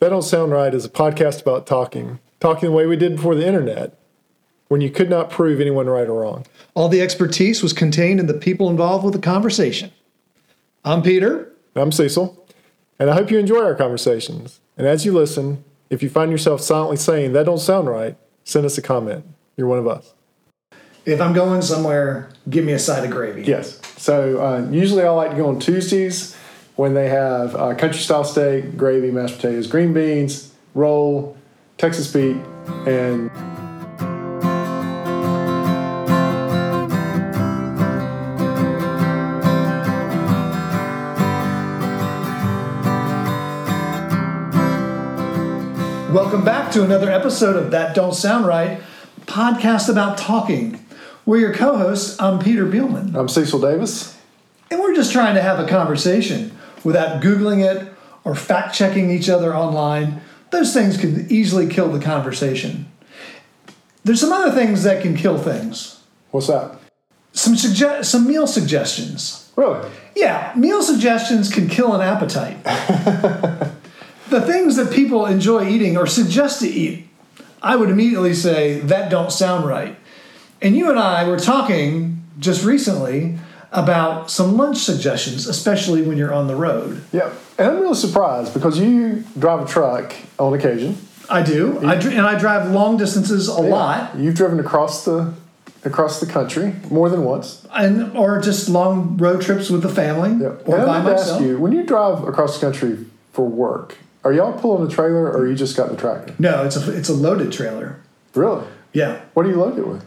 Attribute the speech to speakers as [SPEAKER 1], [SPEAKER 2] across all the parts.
[SPEAKER 1] That Don't Sound Right is a podcast about talking, talking the way we did before the internet, when you could not prove anyone right or wrong.
[SPEAKER 2] All the expertise was contained in the people involved with the conversation. I'm Peter.
[SPEAKER 1] I'm Cecil, and I hope you enjoy our conversations. And as you listen, if you find yourself silently saying, That don't sound right, send us a comment. You're one of us.
[SPEAKER 2] If I'm going somewhere, give me a side of gravy.
[SPEAKER 1] Yes. So uh, usually I like to go on Tuesdays when they have uh, country style steak, gravy, mashed potatoes, green beans, roll, Texas beet, and
[SPEAKER 2] Welcome back to another episode of That Don't Sound Right podcast about talking. We're your co hosts. I'm Peter Bielman,
[SPEAKER 1] I'm Cecil Davis.
[SPEAKER 2] and we're just trying to have a conversation without Googling it or fact checking each other online. Those things can easily kill the conversation. There's some other things that can kill things.
[SPEAKER 1] What's up?
[SPEAKER 2] Some, sugge- some meal suggestions.
[SPEAKER 1] Really?
[SPEAKER 2] Yeah, meal suggestions can kill an appetite. the things that people enjoy eating or suggest to eat, I would immediately say that don't sound right. And you and I were talking just recently about some lunch suggestions, especially when you're on the road.
[SPEAKER 1] Yeah. And I'm really surprised because you drive a truck on occasion.
[SPEAKER 2] I do, I dr- and I drive long distances a lot,
[SPEAKER 1] You've driven across the across the country more than once.
[SPEAKER 2] and or just long road trips with the family
[SPEAKER 1] Yep.
[SPEAKER 2] or
[SPEAKER 1] and
[SPEAKER 2] by
[SPEAKER 1] I'm gonna
[SPEAKER 2] myself.
[SPEAKER 1] ask you, when you drive across the country for work, are y'all pulling a trailer or you just got the tractor?
[SPEAKER 2] No, it's a it's a loaded trailer.
[SPEAKER 1] Really?
[SPEAKER 2] Yeah,
[SPEAKER 1] What do you load it with?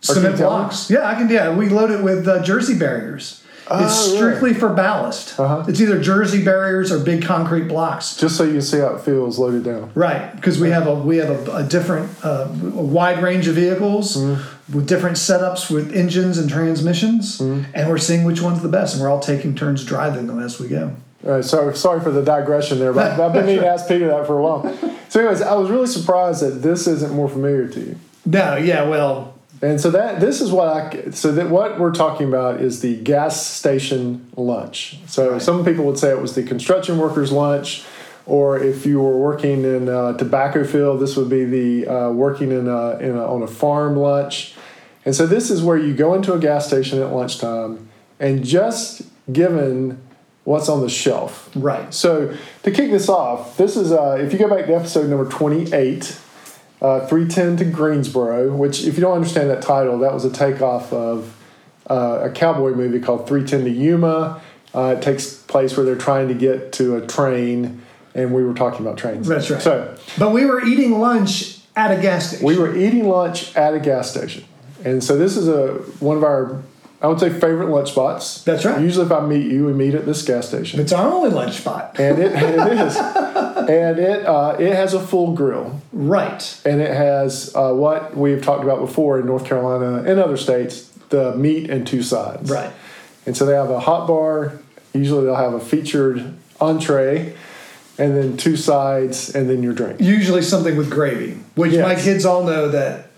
[SPEAKER 2] cement
[SPEAKER 1] tell me?
[SPEAKER 2] blocks. Yeah, I can. Yeah, we load it with uh, jersey barriers. it's
[SPEAKER 1] Oh, really?
[SPEAKER 2] strictly for ballast.
[SPEAKER 1] Uh-huh.
[SPEAKER 2] It's either jersey barriers or big concrete blocks.
[SPEAKER 1] Just so you can see how it feels loaded down.
[SPEAKER 2] Right, because we have a we have a, a different uh, a wide range of vehicles
[SPEAKER 1] Mm-hmm.
[SPEAKER 2] with different setups with engines and transmissions, and we're seeing which one's the best, and we're all taking turns driving them as we go.
[SPEAKER 1] All right, sorry, sorry for the digression there, but I've been meaning to ask Peter that for a while. So, anyways, I was really surprised that this isn't more familiar to you.
[SPEAKER 2] No, yeah, well,
[SPEAKER 1] And so that this is what I so that what we're talking about is the gas station lunch. So some people would say it was the construction workers' lunch, or if you were working in a tobacco field, this would be the uh, working in a, in a, on a farm lunch. And so this is where you go into a gas station at lunchtime, and just given what's on the shelf,
[SPEAKER 2] right,
[SPEAKER 1] so to kick this off, this is uh, if you go back to episode number twenty-eight, uh, three ten to Greensboro. Which, if you don't understand that title, that was a takeoff of uh, a cowboy movie called Three Ten to Yuma. Uh, it takes place where they're trying to get to a train, and we were talking about trains.
[SPEAKER 2] That's right.
[SPEAKER 1] So
[SPEAKER 2] but we were eating lunch at a gas station.
[SPEAKER 1] we were eating lunch at a gas station, and so this is a one of our I would say favorite lunch spots.
[SPEAKER 2] That's right.
[SPEAKER 1] Usually, if I meet you, we meet at this gas station.
[SPEAKER 2] it's our only lunch spot,
[SPEAKER 1] and it, it is, and it uh, it has a full grill,
[SPEAKER 2] right?
[SPEAKER 1] and it has uh, what we've talked about before in North Carolina and other states: the meat and two sides.
[SPEAKER 2] Right.
[SPEAKER 1] And so they have a hot bar. Usually they'll have a featured entree, and then two sides, and then your drink.
[SPEAKER 2] usually something with gravy, which
[SPEAKER 1] Yes.
[SPEAKER 2] my kids all know that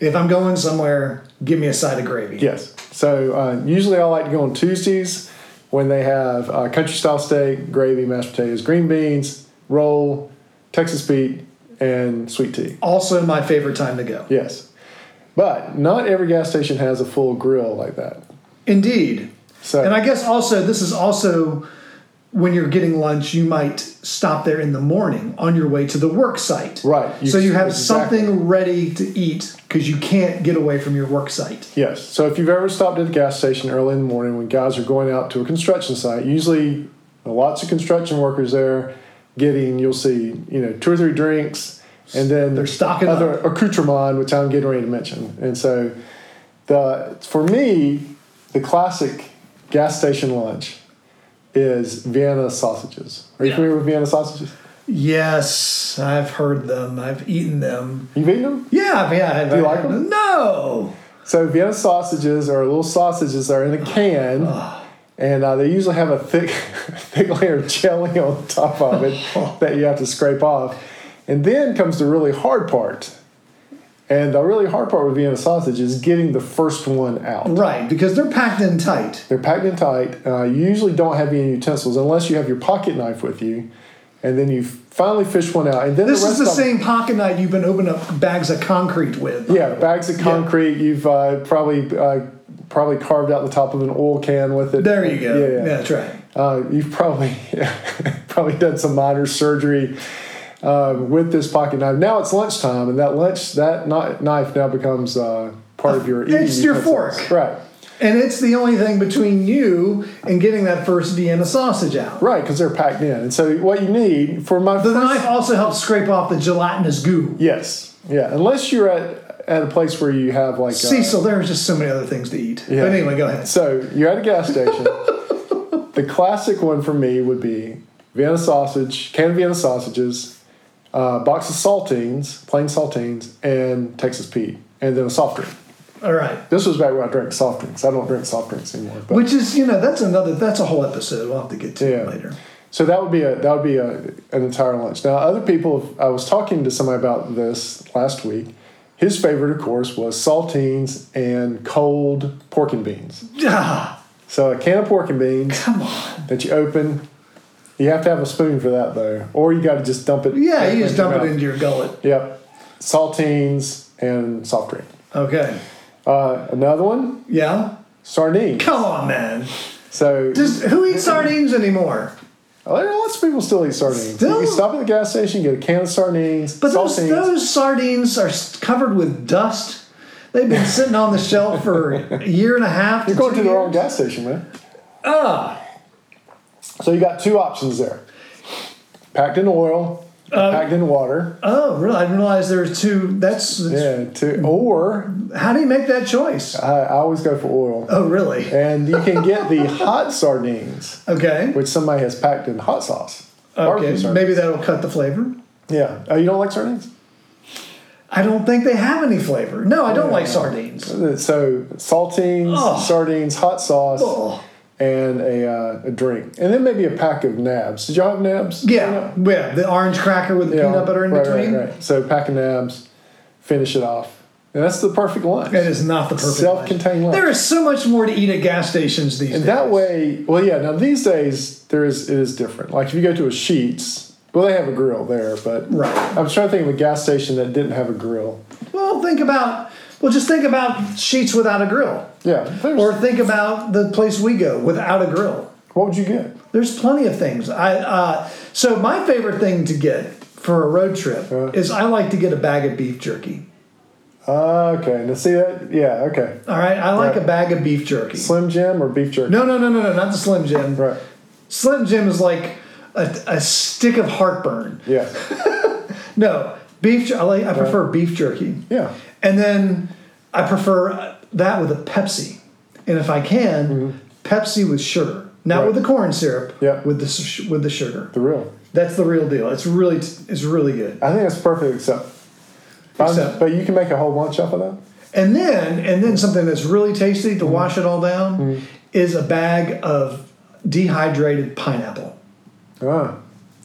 [SPEAKER 2] if I'm going somewhere, give me a side of gravy.
[SPEAKER 1] Yes. So uh, usually I like to go on Tuesdays when they have uh, country style steak, gravy, mashed potatoes, green beans, roll, Texas beet, and sweet tea.
[SPEAKER 2] Also, my favorite time to go.
[SPEAKER 1] Yes. But not every gas station has a full grill like that.
[SPEAKER 2] Indeed.
[SPEAKER 1] So
[SPEAKER 2] And I guess also, this is also when you're getting lunch, you might stop there in the morning on your way to the work site.
[SPEAKER 1] Right. You-
[SPEAKER 2] so you have
[SPEAKER 1] exactly.
[SPEAKER 2] something ready to eat because you can't get away from your work site.
[SPEAKER 1] yes. So if you've ever stopped at a gas station early in the morning when guys are going out to a construction site, usually lots of construction workers there getting you'll see, you know, two or three drinks and then
[SPEAKER 2] They're stocking up.
[SPEAKER 1] other accoutrement, which I'm getting ready to mention. And so the for me, the classic gas station lunch is Vienna sausages. Are you
[SPEAKER 2] Yeah.
[SPEAKER 1] familiar with Vienna sausages?
[SPEAKER 2] Yes, I've heard them. I've eaten them.
[SPEAKER 1] You've eaten them?
[SPEAKER 2] Yeah, I mean, I have.
[SPEAKER 1] you like them?
[SPEAKER 2] No.
[SPEAKER 1] So Vienna sausages are little sausages that are in a can, and uh, they usually have a thick, thick layer of jelly on top of it that you have to scrape off. And then comes the really hard part. And the really hard part with Vienna sausage is getting the first one out.
[SPEAKER 2] Right, because they're packed in tight.
[SPEAKER 1] They're packed in tight. Uh, you usually don't have any utensils unless you have your pocket knife with you. and then you finally fish one out, and then
[SPEAKER 2] This
[SPEAKER 1] the
[SPEAKER 2] is
[SPEAKER 1] rest
[SPEAKER 2] the
[SPEAKER 1] of 'em-
[SPEAKER 2] same pocket knife you've been opening up bags of concrete with.
[SPEAKER 1] Yeah, bags of concrete. You've uh, probably uh, probably carved out the top of an oil can with it.
[SPEAKER 2] There you go.
[SPEAKER 1] Yeah, yeah.
[SPEAKER 2] that's right.
[SPEAKER 1] Uh, you've probably probably done some minor surgery uh, with this pocket knife. Now it's lunchtime, and that lunch that kni- knife now becomes uh, part of your. eating
[SPEAKER 2] It's your
[SPEAKER 1] utensils.
[SPEAKER 2] fork.
[SPEAKER 1] right?
[SPEAKER 2] And it's the only thing between you and getting that first Vienna sausage out.
[SPEAKER 1] Right, because they're packed in, and so what you need for my
[SPEAKER 2] The
[SPEAKER 1] first-
[SPEAKER 2] knife also helps scrape off the gelatinous goo.
[SPEAKER 1] Yes, yeah. Unless you're at at a place where you have like. uh,
[SPEAKER 2] Cecil, there's just so many other things to eat. But anyway, go ahead.
[SPEAKER 1] So you're at a gas station. the classic one for me would be Vienna sausage, canned Vienna sausages, uh, box of saltines, plain saltines, and Texas Pete, and then a soft drink.
[SPEAKER 2] All right.
[SPEAKER 1] This was back when I drank soft drinks. I don't drink soft drinks anymore. But
[SPEAKER 2] Which is, you know, that's another, that's a whole episode. We'll have to get to
[SPEAKER 1] Yeah.
[SPEAKER 2] later.
[SPEAKER 1] so that would be a that would be a, an entire lunch. Now other people, I was talking to somebody about this last week. His favorite, of course, was saltines and cold pork and beans.
[SPEAKER 2] Ah,
[SPEAKER 1] So a can of pork and beans,
[SPEAKER 2] come on.
[SPEAKER 1] that you open. You have to have a spoon for that though, or you got to just dump it.
[SPEAKER 2] Yeah, you just dump it
[SPEAKER 1] in.
[SPEAKER 2] into your gullet.
[SPEAKER 1] Yep, saltines and soft drink.
[SPEAKER 2] Okay.
[SPEAKER 1] Uh, another one,
[SPEAKER 2] Yeah?
[SPEAKER 1] sardines.
[SPEAKER 2] Come on, man.
[SPEAKER 1] So
[SPEAKER 2] Just, who eats sardines anymore?
[SPEAKER 1] well, there are lots of people still eat sardines.
[SPEAKER 2] Still?
[SPEAKER 1] You stop at the gas station, get a can of sardines,
[SPEAKER 2] But those,
[SPEAKER 1] saltines.
[SPEAKER 2] those sardines are s- covered with dust. They've been sitting on the shelf for a year and a half.
[SPEAKER 1] You're going
[SPEAKER 2] two
[SPEAKER 1] to the wrong
[SPEAKER 2] years.
[SPEAKER 1] gas station, man.
[SPEAKER 2] Ah,
[SPEAKER 1] So you got two options there: packed in oil,
[SPEAKER 2] Um,
[SPEAKER 1] packed in water.
[SPEAKER 2] oh, really? I didn't realize there were two. That's, that's-
[SPEAKER 1] Yeah, to, or
[SPEAKER 2] how do you make that choice?
[SPEAKER 1] I, I always go for oil,
[SPEAKER 2] Oh, really?
[SPEAKER 1] and you can get the hot sardines.
[SPEAKER 2] Okay.
[SPEAKER 1] which somebody has packed in hot sauce. Barbecue
[SPEAKER 2] Okay.
[SPEAKER 1] sardines.
[SPEAKER 2] Maybe that'll cut the flavor.
[SPEAKER 1] Yeah. Oh, you don't like sardines?
[SPEAKER 2] I don't think they have any flavor. No, I don't like sardines.
[SPEAKER 1] So saltines,
[SPEAKER 2] Ugh.
[SPEAKER 1] sardines, hot sauce,
[SPEAKER 2] Oh.
[SPEAKER 1] and a, uh, a drink, and then maybe a pack of nabs. Did y'all have nabs?
[SPEAKER 2] Yeah, yeah. The orange cracker with the
[SPEAKER 1] Yeah.
[SPEAKER 2] peanut butter in
[SPEAKER 1] right,
[SPEAKER 2] between.
[SPEAKER 1] Right, right. So pack of nabs, finish it off, and that's the perfect lunch.
[SPEAKER 2] That is not the perfect
[SPEAKER 1] Self-contained lunch.
[SPEAKER 2] lunch. There is so much more to eat at gas stations these days.
[SPEAKER 1] And that way, well, yeah. Now these days, there is it is different. Like if you go to a Sheets, well, they have a grill there, but
[SPEAKER 2] Right.
[SPEAKER 1] I'm trying to think of a gas station that didn't have a grill.
[SPEAKER 2] Well, think about well, just think about sheets without a grill,
[SPEAKER 1] Yeah. there's-
[SPEAKER 2] or think about the place we go without a grill.
[SPEAKER 1] what would you get?
[SPEAKER 2] There's plenty of things. I uh, so my favorite thing to get for a road trip
[SPEAKER 1] Uh-huh.
[SPEAKER 2] is I like to get a bag of beef jerky.
[SPEAKER 1] Uh, Okay, now see that? Yeah, okay.
[SPEAKER 2] All right, I like
[SPEAKER 1] Right.
[SPEAKER 2] a bag of beef jerky.
[SPEAKER 1] Slim Jim or beef jerky?
[SPEAKER 2] No, no, no, no, no, not the Slim Jim.
[SPEAKER 1] Right.
[SPEAKER 2] Slim Jim is like a, a stick of heartburn.
[SPEAKER 1] Yeah.
[SPEAKER 2] No, beef. jer- I like. I prefer beef jerky.
[SPEAKER 1] Yeah.
[SPEAKER 2] And then I prefer that with a Pepsi. And if I can, Pepsi with sugar,
[SPEAKER 1] Mm-hmm.
[SPEAKER 2] not
[SPEAKER 1] Right.
[SPEAKER 2] with the corn syrup,
[SPEAKER 1] Yeah.
[SPEAKER 2] with the su- with the sugar.
[SPEAKER 1] The real.
[SPEAKER 2] That's the real deal. It's really it's really good.
[SPEAKER 1] I think that's perfect except. I'm-
[SPEAKER 2] Except-
[SPEAKER 1] but you can make a whole lunch off of that.
[SPEAKER 2] And then and then something that's really tasty
[SPEAKER 1] Mm-hmm.
[SPEAKER 2] to wash it all down is a bag of dehydrated pineapple.
[SPEAKER 1] Ah.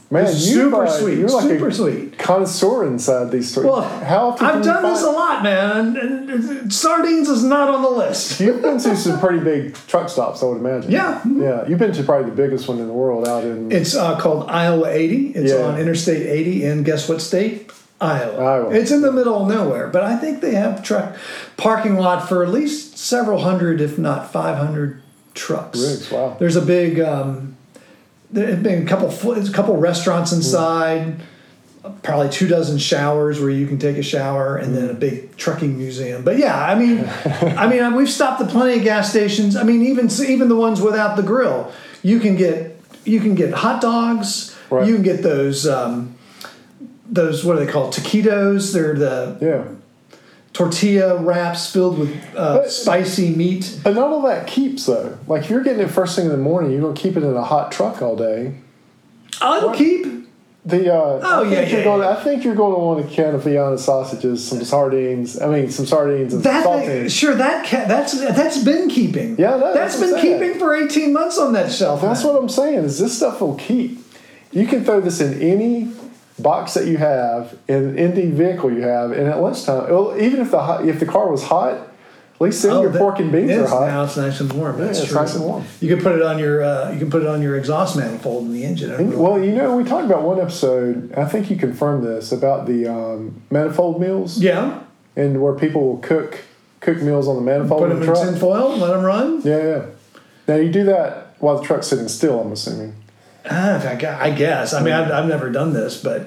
[SPEAKER 1] Man,
[SPEAKER 2] It's
[SPEAKER 1] you
[SPEAKER 2] super
[SPEAKER 1] are-
[SPEAKER 2] sweet,
[SPEAKER 1] You're like
[SPEAKER 2] super
[SPEAKER 1] a
[SPEAKER 2] sweet.
[SPEAKER 1] connoisseur inside these stories.
[SPEAKER 2] Well,
[SPEAKER 1] How often
[SPEAKER 2] I've
[SPEAKER 1] can you
[SPEAKER 2] done this a
[SPEAKER 1] find-
[SPEAKER 2] lot, man. And- and sardines is not on the list.
[SPEAKER 1] You've been to some pretty big truck stops, I would imagine.
[SPEAKER 2] Yeah.
[SPEAKER 1] Yeah. You've been to probably the biggest one in the world out in
[SPEAKER 2] It's uh, called Iowa 80. It's
[SPEAKER 1] Yeah.
[SPEAKER 2] on Interstate 80 in guess what state? Iowa.
[SPEAKER 1] Iowa.
[SPEAKER 2] It's in the middle of nowhere, but I think they have truck parking lot for at least several hundred, if not 500 trucks.
[SPEAKER 1] Rigs, wow.
[SPEAKER 2] There's a big, um, there have been a couple, fl- there's a couple restaurants
[SPEAKER 1] Mm.
[SPEAKER 2] inside, probably two dozen showers where you can take a shower, and then a big trucking museum. But yeah, I mean, I mean, uh, we've stopped at plenty of gas stations. I mean, even even the ones without the grill, you can get you can get hot dogs.
[SPEAKER 1] Right.
[SPEAKER 2] You can get those. Um, those what are they called? Taquitos. They're the
[SPEAKER 1] Yeah.
[SPEAKER 2] tortilla wraps filled with uh, spicy meat.
[SPEAKER 1] But not all that keeps though. Like if you're getting it first thing in the morning, you don't keep it in a hot truck all day.
[SPEAKER 2] I'll keep.
[SPEAKER 1] The uh, I
[SPEAKER 2] Oh, yeah,
[SPEAKER 1] think
[SPEAKER 2] yeah,
[SPEAKER 1] you're going,
[SPEAKER 2] yeah.
[SPEAKER 1] I think you're going to want a can of Vienna sausages, some sardines. I mean, some sardines and
[SPEAKER 2] That
[SPEAKER 1] some
[SPEAKER 2] thing,
[SPEAKER 1] saltines.
[SPEAKER 2] sure that ca- that's that's been keeping.
[SPEAKER 1] Yeah, I know,
[SPEAKER 2] that's
[SPEAKER 1] that's what
[SPEAKER 2] been
[SPEAKER 1] I'm saying.
[SPEAKER 2] keeping for eighteen months on that shelf.
[SPEAKER 1] That's
[SPEAKER 2] man.
[SPEAKER 1] what I'm saying. Is this stuff will keep? You can throw this in any box that you have, in any vehicle you have, and at lunchtime, well, even if the hot, if the car was hot, At least then
[SPEAKER 2] Oh,
[SPEAKER 1] your
[SPEAKER 2] that-
[SPEAKER 1] pork and beans
[SPEAKER 2] it
[SPEAKER 1] are
[SPEAKER 2] is.
[SPEAKER 1] hot.
[SPEAKER 2] Now it's nice and warm. That's
[SPEAKER 1] it's
[SPEAKER 2] true.
[SPEAKER 1] nice and warm.
[SPEAKER 2] You can put it on your uh, you can put it on your exhaust manifold in the engine.
[SPEAKER 1] And, well, you know, we talked about one episode. I think you confirmed this about the um, manifold meals
[SPEAKER 2] yeah,
[SPEAKER 1] and where people will cook cook meals on the manifold
[SPEAKER 2] put
[SPEAKER 1] in
[SPEAKER 2] them
[SPEAKER 1] the
[SPEAKER 2] in
[SPEAKER 1] truck.
[SPEAKER 2] tinfoil, let them run.
[SPEAKER 1] yeah, yeah. Now you do that while the truck's sitting still. I'm assuming.
[SPEAKER 2] Ah, I gu- I guess. I mean, I've, I've never done this, but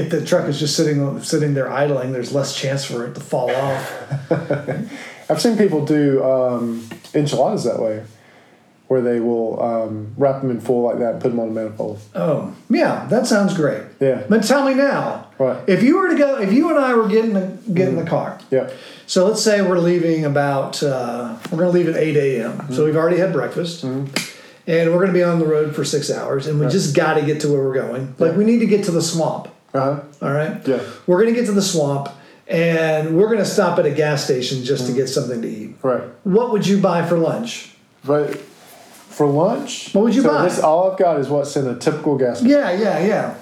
[SPEAKER 2] if the truck is just sitting sitting there idling, there's less chance for it to fall off.
[SPEAKER 1] I've seen people do um, enchiladas that way, where they will um, wrap them in foil like that and put them on a manifold.
[SPEAKER 2] Oh, yeah, that sounds great.
[SPEAKER 1] Yeah.
[SPEAKER 2] But tell me now,
[SPEAKER 1] Right. Mm.
[SPEAKER 2] if you were to go, if you and I were getting the, getting the car,
[SPEAKER 1] Yeah.
[SPEAKER 2] So let's say we're leaving about, uh, we're going to leave at 8 a.m.
[SPEAKER 1] Mm-hmm.
[SPEAKER 2] So we've already had breakfast and we're going to be on the road for six hours and we just got to get to where we're going. Like we need to get to the swamp.
[SPEAKER 1] Uh huh.
[SPEAKER 2] All right.
[SPEAKER 1] Yeah.
[SPEAKER 2] We're going to get to the swamp and we're going to stop at a gas station just
[SPEAKER 1] Mm.
[SPEAKER 2] to get something to eat.
[SPEAKER 1] Right.
[SPEAKER 2] What would you buy for lunch?
[SPEAKER 1] But for lunch,
[SPEAKER 2] What would you
[SPEAKER 1] so
[SPEAKER 2] buy?
[SPEAKER 1] This, all I've got is what's in a typical gas. station.
[SPEAKER 2] Yeah, yeah, yeah.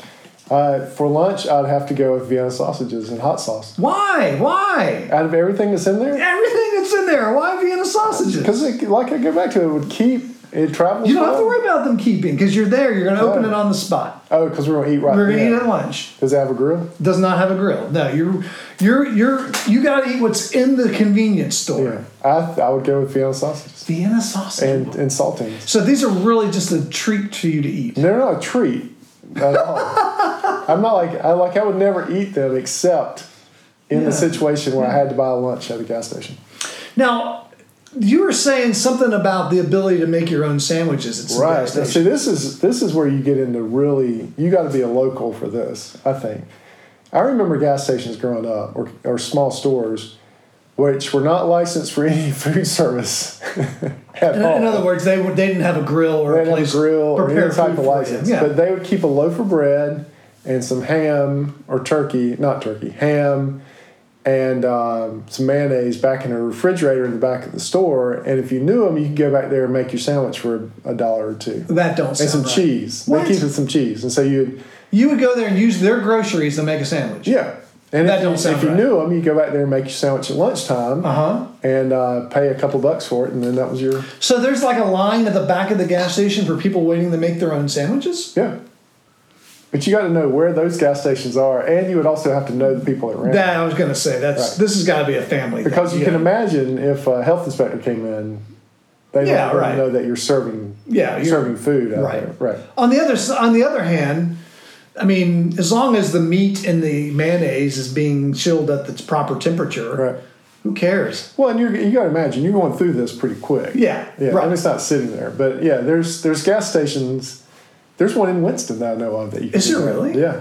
[SPEAKER 1] Uh, for lunch, I'd have to go with Vienna sausages and hot sauce.
[SPEAKER 2] Why? Why?
[SPEAKER 1] Out of everything that's in there,
[SPEAKER 2] Everything that's in there. Why Vienna sausages?
[SPEAKER 1] because like I go back to it, it would keep it travels.
[SPEAKER 2] You don't have to
[SPEAKER 1] well.
[SPEAKER 2] worry about them keeping because you're there. You're going to open
[SPEAKER 1] Oh.
[SPEAKER 2] it on the spot.
[SPEAKER 1] Oh, because we're gonna eat right.
[SPEAKER 2] We're going to
[SPEAKER 1] then.
[SPEAKER 2] eat at lunch.
[SPEAKER 1] Does it have a grill?
[SPEAKER 2] does not have a grill. No, you're you're you're you got to eat what's in the convenience store.
[SPEAKER 1] Yeah, I, I would go with Vienna sausages
[SPEAKER 2] Vienna sausage.
[SPEAKER 1] and and saltines.
[SPEAKER 2] so these are really just a treat for you to eat.
[SPEAKER 1] They're not a treat at all. I'm not like I like I would never eat them except in
[SPEAKER 2] Yeah.
[SPEAKER 1] the situation where I had to buy lunch at a gas station.
[SPEAKER 2] Now, you were saying something about the ability to make your own sandwiches at some
[SPEAKER 1] Right.
[SPEAKER 2] gas
[SPEAKER 1] Now, see,
[SPEAKER 2] station.
[SPEAKER 1] this is this is where you get into really. You got to be a local for this. I think. I remember gas stations growing up, or or small stores, which were not licensed for any food service at
[SPEAKER 2] In,
[SPEAKER 1] all.
[SPEAKER 2] in other words, they were, they didn't have a grill or
[SPEAKER 1] Oh. they
[SPEAKER 2] a
[SPEAKER 1] didn't
[SPEAKER 2] place
[SPEAKER 1] have a grill or
[SPEAKER 2] prepare
[SPEAKER 1] any type
[SPEAKER 2] food
[SPEAKER 1] of
[SPEAKER 2] for you.
[SPEAKER 1] license,
[SPEAKER 2] Yeah.
[SPEAKER 1] but they would keep a loaf of bread and some ham or turkey, not turkey, ham and um, some mayonnaise back in a refrigerator in the back of the store. And if you knew them, you could go back there and make your sandwich for a dollar or two
[SPEAKER 2] that don't
[SPEAKER 1] and
[SPEAKER 2] sound
[SPEAKER 1] some
[SPEAKER 2] right.
[SPEAKER 1] cheese.
[SPEAKER 2] What?
[SPEAKER 1] They keep it some cheese, and so you
[SPEAKER 2] You would go there and use their groceries to make a sandwich.
[SPEAKER 1] yeah. And
[SPEAKER 2] That
[SPEAKER 1] if,
[SPEAKER 2] don't
[SPEAKER 1] you,
[SPEAKER 2] sound
[SPEAKER 1] if you
[SPEAKER 2] right.
[SPEAKER 1] knew them, you go back there and make your sandwich at lunchtime
[SPEAKER 2] Uh huh.
[SPEAKER 1] and uh, pay a couple bucks for it, and then that was your
[SPEAKER 2] So there's like a line at the back of the gas station for people waiting to make their own sandwiches.
[SPEAKER 1] yeah. But you got to know where those gas stations are, and you would also have to know the people that ran.
[SPEAKER 2] That I was gonna say. That's
[SPEAKER 1] Right.
[SPEAKER 2] this has got to be a family thing.
[SPEAKER 1] because you
[SPEAKER 2] Yeah.
[SPEAKER 1] can imagine if a health inspector came in, they
[SPEAKER 2] Yeah,
[SPEAKER 1] don't
[SPEAKER 2] right.
[SPEAKER 1] know that you're serving
[SPEAKER 2] Yeah, you're-
[SPEAKER 1] serving food out
[SPEAKER 2] right.
[SPEAKER 1] there. right.
[SPEAKER 2] On the other s- on the other hand, I mean, as long as the meat and the mayonnaise is being chilled at the proper temperature,
[SPEAKER 1] Right.
[SPEAKER 2] who cares?
[SPEAKER 1] Well, and you're, you got to imagine you're going through this pretty quick.
[SPEAKER 2] Yeah,
[SPEAKER 1] yeah,
[SPEAKER 2] right.
[SPEAKER 1] and it's not sitting there. But yeah, there's there's gas stations. There's one in Winston that I know of that you can.
[SPEAKER 2] Is
[SPEAKER 1] do
[SPEAKER 2] there
[SPEAKER 1] that.
[SPEAKER 2] really?
[SPEAKER 1] Yeah,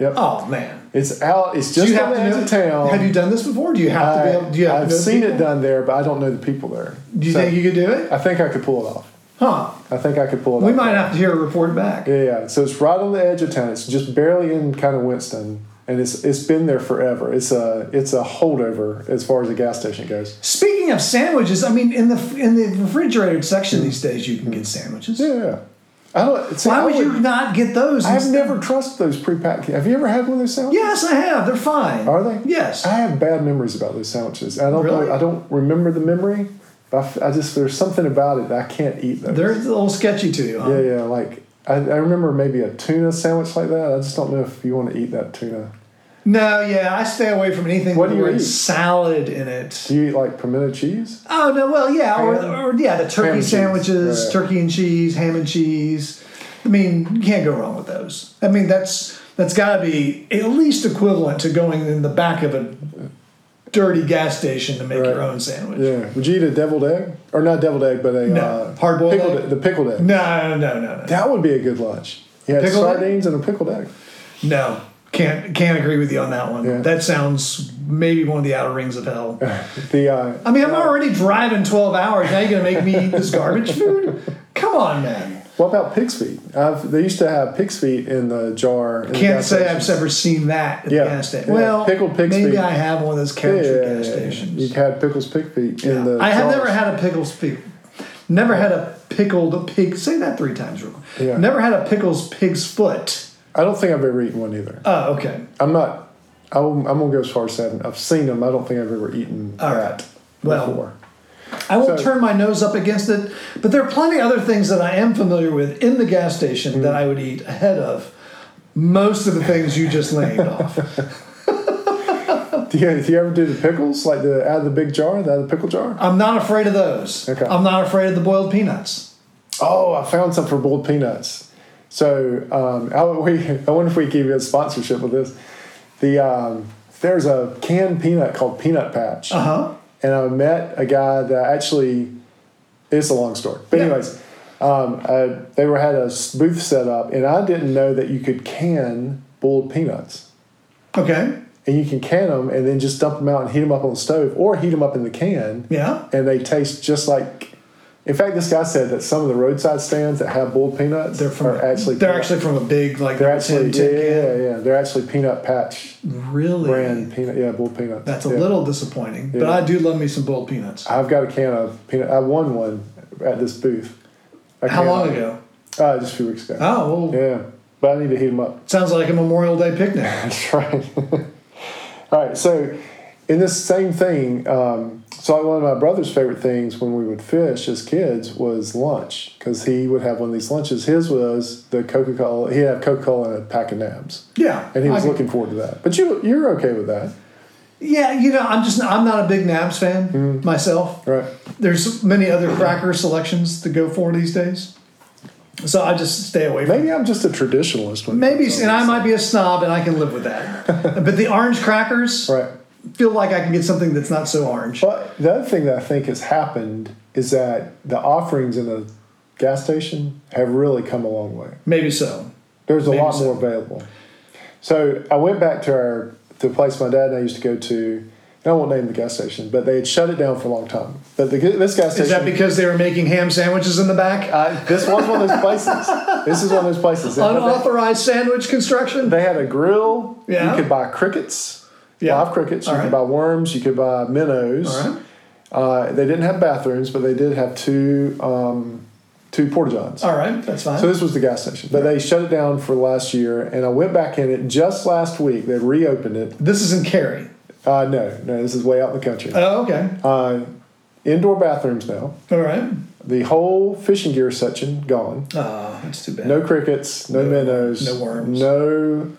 [SPEAKER 1] yep.
[SPEAKER 2] Oh man,
[SPEAKER 1] It's out. It's just
[SPEAKER 2] do you
[SPEAKER 1] on
[SPEAKER 2] have
[SPEAKER 1] the
[SPEAKER 2] to
[SPEAKER 1] edge
[SPEAKER 2] know?
[SPEAKER 1] of town.
[SPEAKER 2] Have you done this before? Do you
[SPEAKER 1] I,
[SPEAKER 2] have to be able? Do you have to
[SPEAKER 1] I've
[SPEAKER 2] know the
[SPEAKER 1] seen
[SPEAKER 2] people?
[SPEAKER 1] it done there, but I don't know the people there.
[SPEAKER 2] Do you
[SPEAKER 1] So,
[SPEAKER 2] think you could do it?
[SPEAKER 1] I think I could pull it off.
[SPEAKER 2] Huh?
[SPEAKER 1] I think I could pull it
[SPEAKER 2] We
[SPEAKER 1] off.
[SPEAKER 2] might have to hear a report back.
[SPEAKER 1] Yeah, yeah. So it's right on the edge of town. It's just barely in kind of Winston, and it's it's been there forever. It's a it's a holdover as far as a gas station goes.
[SPEAKER 2] Speaking of sandwiches, I mean, in the in the refrigerated section these days, you can get sandwiches.
[SPEAKER 1] Yeah, yeah. I don't. See,
[SPEAKER 2] Why
[SPEAKER 1] I
[SPEAKER 2] would you not get those?
[SPEAKER 1] I have
[SPEAKER 2] instead?
[SPEAKER 1] never trusted those prepacked. Have you ever had one of those sandwiches?
[SPEAKER 2] Yes, I have. They're fine.
[SPEAKER 1] Are they?
[SPEAKER 2] Yes.
[SPEAKER 1] I have bad memories about those sandwiches. I don't
[SPEAKER 2] Really?
[SPEAKER 1] know. I don't remember the memory. But I f- I, just there's something about it that I can't eat those.
[SPEAKER 2] They're a little sketchy to you, huh?
[SPEAKER 1] yeah, yeah. Like I, I remember maybe a tuna sandwich like that. I just don't know if you want to eat that tuna.
[SPEAKER 2] No, yeah, I stay away from anything
[SPEAKER 1] What
[SPEAKER 2] with
[SPEAKER 1] do you
[SPEAKER 2] the word
[SPEAKER 1] eat?
[SPEAKER 2] salad in it.
[SPEAKER 1] Do you eat like pimento cheese?
[SPEAKER 2] Oh no, well, yeah,
[SPEAKER 1] Ham?
[SPEAKER 2] or, or yeah, the turkey
[SPEAKER 1] and cheese.
[SPEAKER 2] sandwiches,
[SPEAKER 1] Yeah.
[SPEAKER 2] turkey and cheese, ham and cheese. I mean, you can't go wrong with those. I mean, that's that's got to be at least equivalent to going in the back of a dirty gas station to make your
[SPEAKER 1] Right.
[SPEAKER 2] own sandwich.
[SPEAKER 1] Yeah. Would you eat a deviled egg? Or not deviled egg, but a
[SPEAKER 2] No.
[SPEAKER 1] uh,
[SPEAKER 2] Hard-boiled
[SPEAKER 1] pickled
[SPEAKER 2] egg?
[SPEAKER 1] The pickled egg.
[SPEAKER 2] No, no, no, no,
[SPEAKER 1] That would be a good lunch. Yeah,
[SPEAKER 2] Pickled egg?
[SPEAKER 1] sardines and a pickled egg.
[SPEAKER 2] no. Can't can't agree with you on that one.
[SPEAKER 1] Yeah.
[SPEAKER 2] That sounds maybe one of the outer rings of hell.
[SPEAKER 1] The uh,
[SPEAKER 2] I mean, I'm already driving 12 hours. Now you're going to make me eat this garbage food? Come on, man.
[SPEAKER 1] what about pig's feet? I've, they used to have pig's feet in the jar. in the
[SPEAKER 2] Can't
[SPEAKER 1] gas
[SPEAKER 2] say
[SPEAKER 1] station.
[SPEAKER 2] I've ever seen that at
[SPEAKER 1] Yeah.
[SPEAKER 2] the gas station.
[SPEAKER 1] Yeah.
[SPEAKER 2] Well,
[SPEAKER 1] Pickled pig's
[SPEAKER 2] maybe
[SPEAKER 1] feet.
[SPEAKER 2] I have one of those
[SPEAKER 1] Yeah,
[SPEAKER 2] character
[SPEAKER 1] yeah,
[SPEAKER 2] gas
[SPEAKER 1] yeah, yeah.
[SPEAKER 2] stations.
[SPEAKER 1] You've had pickles pig feet in the.
[SPEAKER 2] I have never
[SPEAKER 1] jars.
[SPEAKER 2] had a pickles pig. Never had a pickled pig. Say that three times real quick.
[SPEAKER 1] Yeah.
[SPEAKER 2] Never had a pickles pig's foot.
[SPEAKER 1] I don't think I've ever eaten one either.
[SPEAKER 2] Oh, okay.
[SPEAKER 1] I'm not. I won't- I'm gonna go as far as seven. I've seen them. I don't think I've ever eaten.
[SPEAKER 2] All right. Well,
[SPEAKER 1] Before.
[SPEAKER 2] I won't
[SPEAKER 1] So-
[SPEAKER 2] turn my nose up against it, but there are plenty of other things that I am familiar with in the gas station
[SPEAKER 1] Mm.
[SPEAKER 2] that I would eat ahead of most of the things you just named off.
[SPEAKER 1] Do you, do you ever do the pickles, like the out of the big jar, the out of the pickle jar?
[SPEAKER 2] I'm not afraid of those.
[SPEAKER 1] Okay.
[SPEAKER 2] I'm not afraid of the boiled peanuts.
[SPEAKER 1] Oh, I found some for boiled peanuts. So um, I, we, I wonder if we can get sponsorship with this. The um, there's a canned peanut called Peanut Patch,
[SPEAKER 2] Uh huh.
[SPEAKER 1] and I met a guy that actually it's a long story. But
[SPEAKER 2] Yeah.
[SPEAKER 1] anyways, um, I, they were had a s- booth set up, and I didn't know that you could can boiled peanuts,
[SPEAKER 2] Okay.
[SPEAKER 1] and you can can them and then just dump them out and heat them up on the stove, or heat them up in the can
[SPEAKER 2] Yeah.
[SPEAKER 1] and they taste just like. In fact, this guy said that some of the roadside stands that have boiled peanuts
[SPEAKER 2] They're from
[SPEAKER 1] are actually
[SPEAKER 2] they're
[SPEAKER 1] peanut-
[SPEAKER 2] actually from a big like
[SPEAKER 1] they're actually
[SPEAKER 2] tin tin
[SPEAKER 1] yeah,
[SPEAKER 2] can.
[SPEAKER 1] yeah yeah they're actually peanut patch
[SPEAKER 2] Really?
[SPEAKER 1] brand peanut yeah boiled peanuts.
[SPEAKER 2] That's a
[SPEAKER 1] Yeah.
[SPEAKER 2] little disappointing, but
[SPEAKER 1] Yeah.
[SPEAKER 2] I do love me some boiled peanuts.
[SPEAKER 1] I've got a can of peanut. I won one at this booth. A
[SPEAKER 2] How
[SPEAKER 1] can
[SPEAKER 2] long
[SPEAKER 1] of-
[SPEAKER 2] ago?
[SPEAKER 1] Uh, just a few weeks ago.
[SPEAKER 2] Oh, well,
[SPEAKER 1] Yeah, but I need to heat them up.
[SPEAKER 2] sounds like a Memorial Day picnic.
[SPEAKER 1] That's right. All right. So, in this same thing, um, so one of my brother's favorite things when we would fish as kids was lunch because he would have one of these lunches. His was the Coca Cola. He'd have Coca Cola and a pack of nabs,
[SPEAKER 2] yeah,
[SPEAKER 1] and he was
[SPEAKER 2] I-
[SPEAKER 1] looking forward to that. But you, you're okay with that,
[SPEAKER 2] Yeah, you know, I'm just I'm not a big Nabs fan
[SPEAKER 1] Mm-hmm.
[SPEAKER 2] myself.
[SPEAKER 1] right?
[SPEAKER 2] There's many other cracker selections to go for these days, so I just stay away from.
[SPEAKER 1] Maybe I'm just a traditionalist. When it
[SPEAKER 2] Maybe,
[SPEAKER 1] comes to
[SPEAKER 2] and I
[SPEAKER 1] this.
[SPEAKER 2] might be a snob, and I can live with that. but the orange crackers
[SPEAKER 1] right.
[SPEAKER 2] feel like I can get something that's not so orange.
[SPEAKER 1] But the other thing that I think has happened is that the offerings in the gas station have really come a long way.
[SPEAKER 2] Maybe so.
[SPEAKER 1] There's a
[SPEAKER 2] Maybe
[SPEAKER 1] lot
[SPEAKER 2] so.
[SPEAKER 1] more available. So I went back to our the place my dad and I used to go to. And I won't name the gas station, but they had shut it down for a long time. But the, this gas station,
[SPEAKER 2] Is that because they were making ham sandwiches in the back?
[SPEAKER 1] I, this was one of those places. this is one of those places. Uh, They
[SPEAKER 2] Oh,
[SPEAKER 1] had,
[SPEAKER 2] Unauthorized sandwich construction.
[SPEAKER 1] they had a grill.
[SPEAKER 2] Yeah.
[SPEAKER 1] You could buy crickets,
[SPEAKER 2] Yeah.
[SPEAKER 1] live crickets. You
[SPEAKER 2] All
[SPEAKER 1] could
[SPEAKER 2] right.
[SPEAKER 1] buy worms. You could buy minnows.
[SPEAKER 2] All right.
[SPEAKER 1] Uh, they didn't have bathrooms, but they did have two um, two porta johns.
[SPEAKER 2] All right, that's fine.
[SPEAKER 1] So this was the gas station, but they shut it down for last year, and I went back in it just last week. They reopened it.
[SPEAKER 2] this is in Cary.
[SPEAKER 1] Uh, no, no, this is way out in the country.
[SPEAKER 2] Oh, okay.
[SPEAKER 1] Uh, indoor bathrooms now.
[SPEAKER 2] All right.
[SPEAKER 1] The whole fishing gear section gone.
[SPEAKER 2] Oh, that's too bad.
[SPEAKER 1] No crickets, no,
[SPEAKER 2] No-
[SPEAKER 1] minnows,
[SPEAKER 2] no worms.
[SPEAKER 1] No,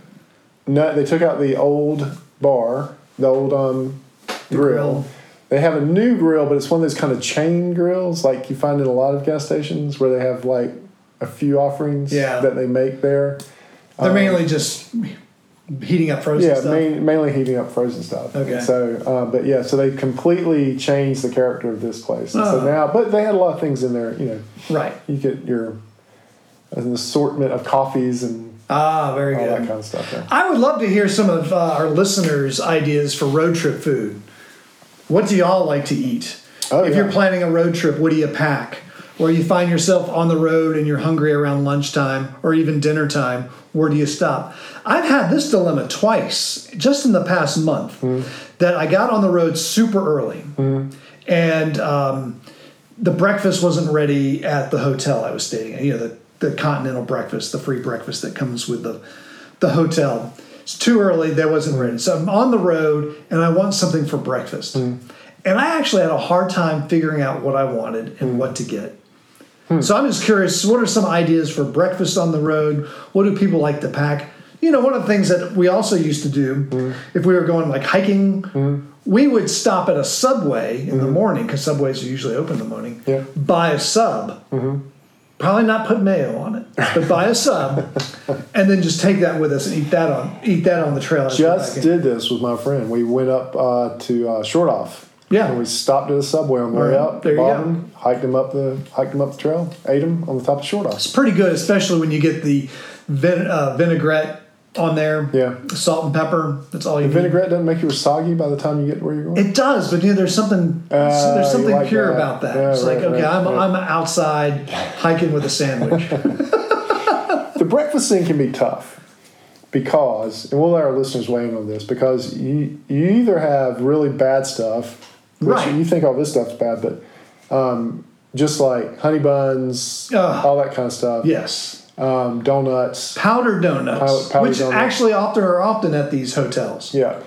[SPEAKER 1] no. They took out the old bar, the old um, grill.
[SPEAKER 2] grill.
[SPEAKER 1] They have a new grill, but it's one of those kind of chain grills, like you find in a lot of gas stations, where they have like a few offerings
[SPEAKER 2] Yeah.
[SPEAKER 1] that they make there.
[SPEAKER 2] They're mainly just heating up frozen
[SPEAKER 1] Um, Yeah,
[SPEAKER 2] stuff.
[SPEAKER 1] main, mainly heating up frozen stuff.
[SPEAKER 2] Okay.
[SPEAKER 1] So, uh, but yeah, so they completely changed the character of this place. And So
[SPEAKER 2] Oh.
[SPEAKER 1] now, but they had a lot of things in there. You know,
[SPEAKER 2] right.
[SPEAKER 1] you get your an assortment of coffees and
[SPEAKER 2] Ah, very
[SPEAKER 1] all that
[SPEAKER 2] good.
[SPEAKER 1] kind of stuff there.
[SPEAKER 2] I would love to hear some of uh, our listeners' ideas for road trip food. What do y'all like to eat?
[SPEAKER 1] Oh,
[SPEAKER 2] if
[SPEAKER 1] yeah.
[SPEAKER 2] you're planning a road trip, what do you pack? Or you find yourself on the road and you're hungry around lunchtime or even dinner time, where do you stop? I've had this dilemma twice just in the past month
[SPEAKER 1] Mm-hmm.
[SPEAKER 2] that I got on the road super early and um, the breakfast wasn't ready at the hotel I was staying at. You know, the, the continental breakfast, the free breakfast that comes with the the hotel. It's too early. That wasn't ready. So I'm on the road and I want something for breakfast. And I actually had a hard time figuring out what I wanted and what to get. So I'm just curious. What are some ideas for breakfast on the road? What do people like to pack? You know, one of the things that we also used to do if we were going like hiking, we would stop at a subway in the morning because subways are usually open in the morning.
[SPEAKER 1] Mm-hmm. Yeah. Mm-hmm.
[SPEAKER 2] Buy a sub, probably not put mayo on it, but buy a sub, and then just take that with us and eat that on eat that on the trail. as we're
[SPEAKER 1] Just
[SPEAKER 2] hiking.
[SPEAKER 1] did this with my friend. We went up uh, to uh, Short Off.
[SPEAKER 2] Yeah.
[SPEAKER 1] And we stopped at a subway on the way
[SPEAKER 2] Right.
[SPEAKER 1] up.
[SPEAKER 2] There you
[SPEAKER 1] bought 'em, Hiked them up the hiked them up the trail. Ate them on the top of Short Off.
[SPEAKER 2] It's pretty good, especially when you get the vin- uh, vinaigrette on there.
[SPEAKER 1] Yeah.
[SPEAKER 2] salt and pepper. That's all you need.
[SPEAKER 1] Vinaigrette doesn't make you soggy by the time you get to where you're going.
[SPEAKER 2] It does, but you know, there's something
[SPEAKER 1] Uh,
[SPEAKER 2] there's something
[SPEAKER 1] you like
[SPEAKER 2] pure
[SPEAKER 1] that.
[SPEAKER 2] about that.
[SPEAKER 1] Yeah,
[SPEAKER 2] it's like
[SPEAKER 1] right,
[SPEAKER 2] okay,
[SPEAKER 1] right,
[SPEAKER 2] I'm
[SPEAKER 1] right.
[SPEAKER 2] I'm outside hiking with a sandwich.
[SPEAKER 1] the breakfast thing can be tough because, and we'll let our listeners weigh in on this because you you either have really bad stuff, which
[SPEAKER 2] Right.
[SPEAKER 1] you think all this stuff's bad, but um, just like honey buns,
[SPEAKER 2] Ugh.
[SPEAKER 1] all that kind of stuff,
[SPEAKER 2] yes,
[SPEAKER 1] um, donuts,
[SPEAKER 2] powdered donuts,
[SPEAKER 1] Pow- powdered
[SPEAKER 2] which
[SPEAKER 1] donuts.
[SPEAKER 2] actually often are often at these hotels.
[SPEAKER 1] yeah,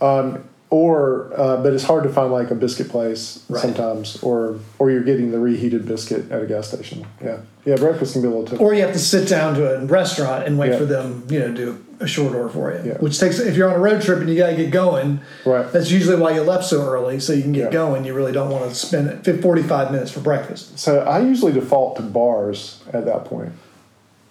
[SPEAKER 1] um, or uh, but it's hard to find like a biscuit place
[SPEAKER 2] Right.
[SPEAKER 1] sometimes, or or you're getting the reheated biscuit at a gas station. Yeah, yeah, breakfast can be a little tough.
[SPEAKER 2] Or you have to sit down to a restaurant and wait
[SPEAKER 1] Yeah.
[SPEAKER 2] for them, you know, do a short order for you.
[SPEAKER 1] Yeah.
[SPEAKER 2] Which takes if you're on a road trip and you gotta get going.
[SPEAKER 1] Right.
[SPEAKER 2] That's usually why you left so early, so you can get
[SPEAKER 1] Yeah.
[SPEAKER 2] going. You really don't want to spend it fif- 45 minutes for breakfast.
[SPEAKER 1] So I usually default to bars at that point,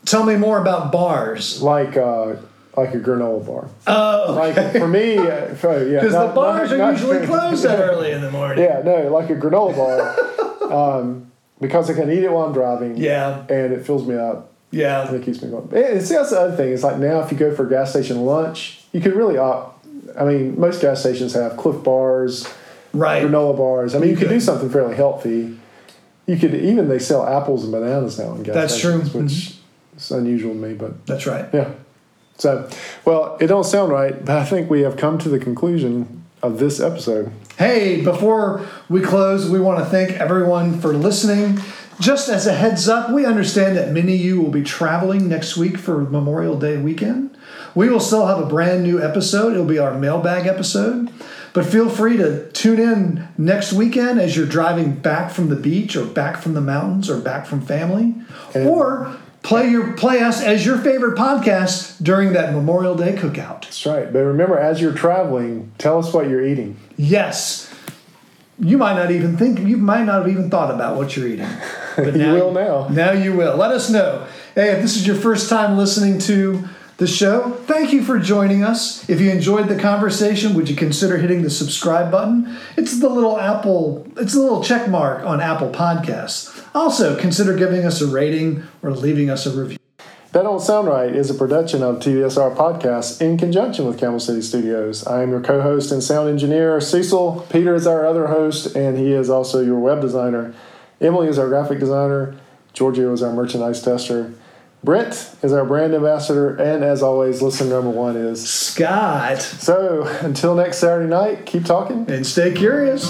[SPEAKER 2] Tell me more about bars.
[SPEAKER 1] like uh, like a granola bar. Oh, like for me, uh, for- yeah,
[SPEAKER 2] Because
[SPEAKER 1] not-
[SPEAKER 2] the bars
[SPEAKER 1] not-
[SPEAKER 2] are
[SPEAKER 1] not-
[SPEAKER 2] usually closed that early in the morning.
[SPEAKER 1] Yeah, no, like a granola bar, um, because I can eat it while I'm driving.
[SPEAKER 2] Yeah.
[SPEAKER 1] and it fills me up.
[SPEAKER 2] Yeah.
[SPEAKER 1] and it keeps me going. And see, that's the other thing. It's like now, if you go for a gas station lunch, you could really opt. I mean, most gas stations have Cliff bars,
[SPEAKER 2] Right.
[SPEAKER 1] granola bars. I mean, you could do
[SPEAKER 2] could.
[SPEAKER 1] something fairly healthy. You could even they sell apples and bananas now in gas
[SPEAKER 2] That's
[SPEAKER 1] stations,
[SPEAKER 2] true. Mm-hmm.
[SPEAKER 1] which is unusual to me, but
[SPEAKER 2] That's right.
[SPEAKER 1] yeah. So, well, it don't sound right, but I think we have come to the conclusion of this episode.
[SPEAKER 2] Hey, before we close, we want to thank everyone for listening. Just as a heads up, we understand that many of you will be traveling next week for Memorial Day weekend. We will still have a brand new episode. It'll be our mailbag episode. But feel free to tune in next weekend as you're driving back from the beach or back from the mountains or back from family. Or play your play us as your favorite podcast during that Memorial Day cookout.
[SPEAKER 1] That's right. But remember, as you're traveling, tell us what you're eating.
[SPEAKER 2] Yes. You might not even think, you might not have even thought about what you're eating. But
[SPEAKER 1] You will now.
[SPEAKER 2] Now you will. Let us know. Hey, if this is your first time listening to the show, thank you for joining us. If you enjoyed the conversation, would you consider hitting the subscribe button? It's the little Apple, it's the little check mark on Apple Podcasts. Also, consider giving us a rating or leaving us a review.
[SPEAKER 1] That Don't Sound Right is a production of TDSR Podcast in conjunction with Camel City Studios. I am your co host and sound engineer, Cecil. Peter is our other host, and he is also your web designer. Emily is our graphic designer. Giorgio is our merchandise tester. Brent is our brand ambassador. And as always, listener number one is.
[SPEAKER 2] Scott,
[SPEAKER 1] So until next Saturday night, keep talking.
[SPEAKER 2] and stay curious.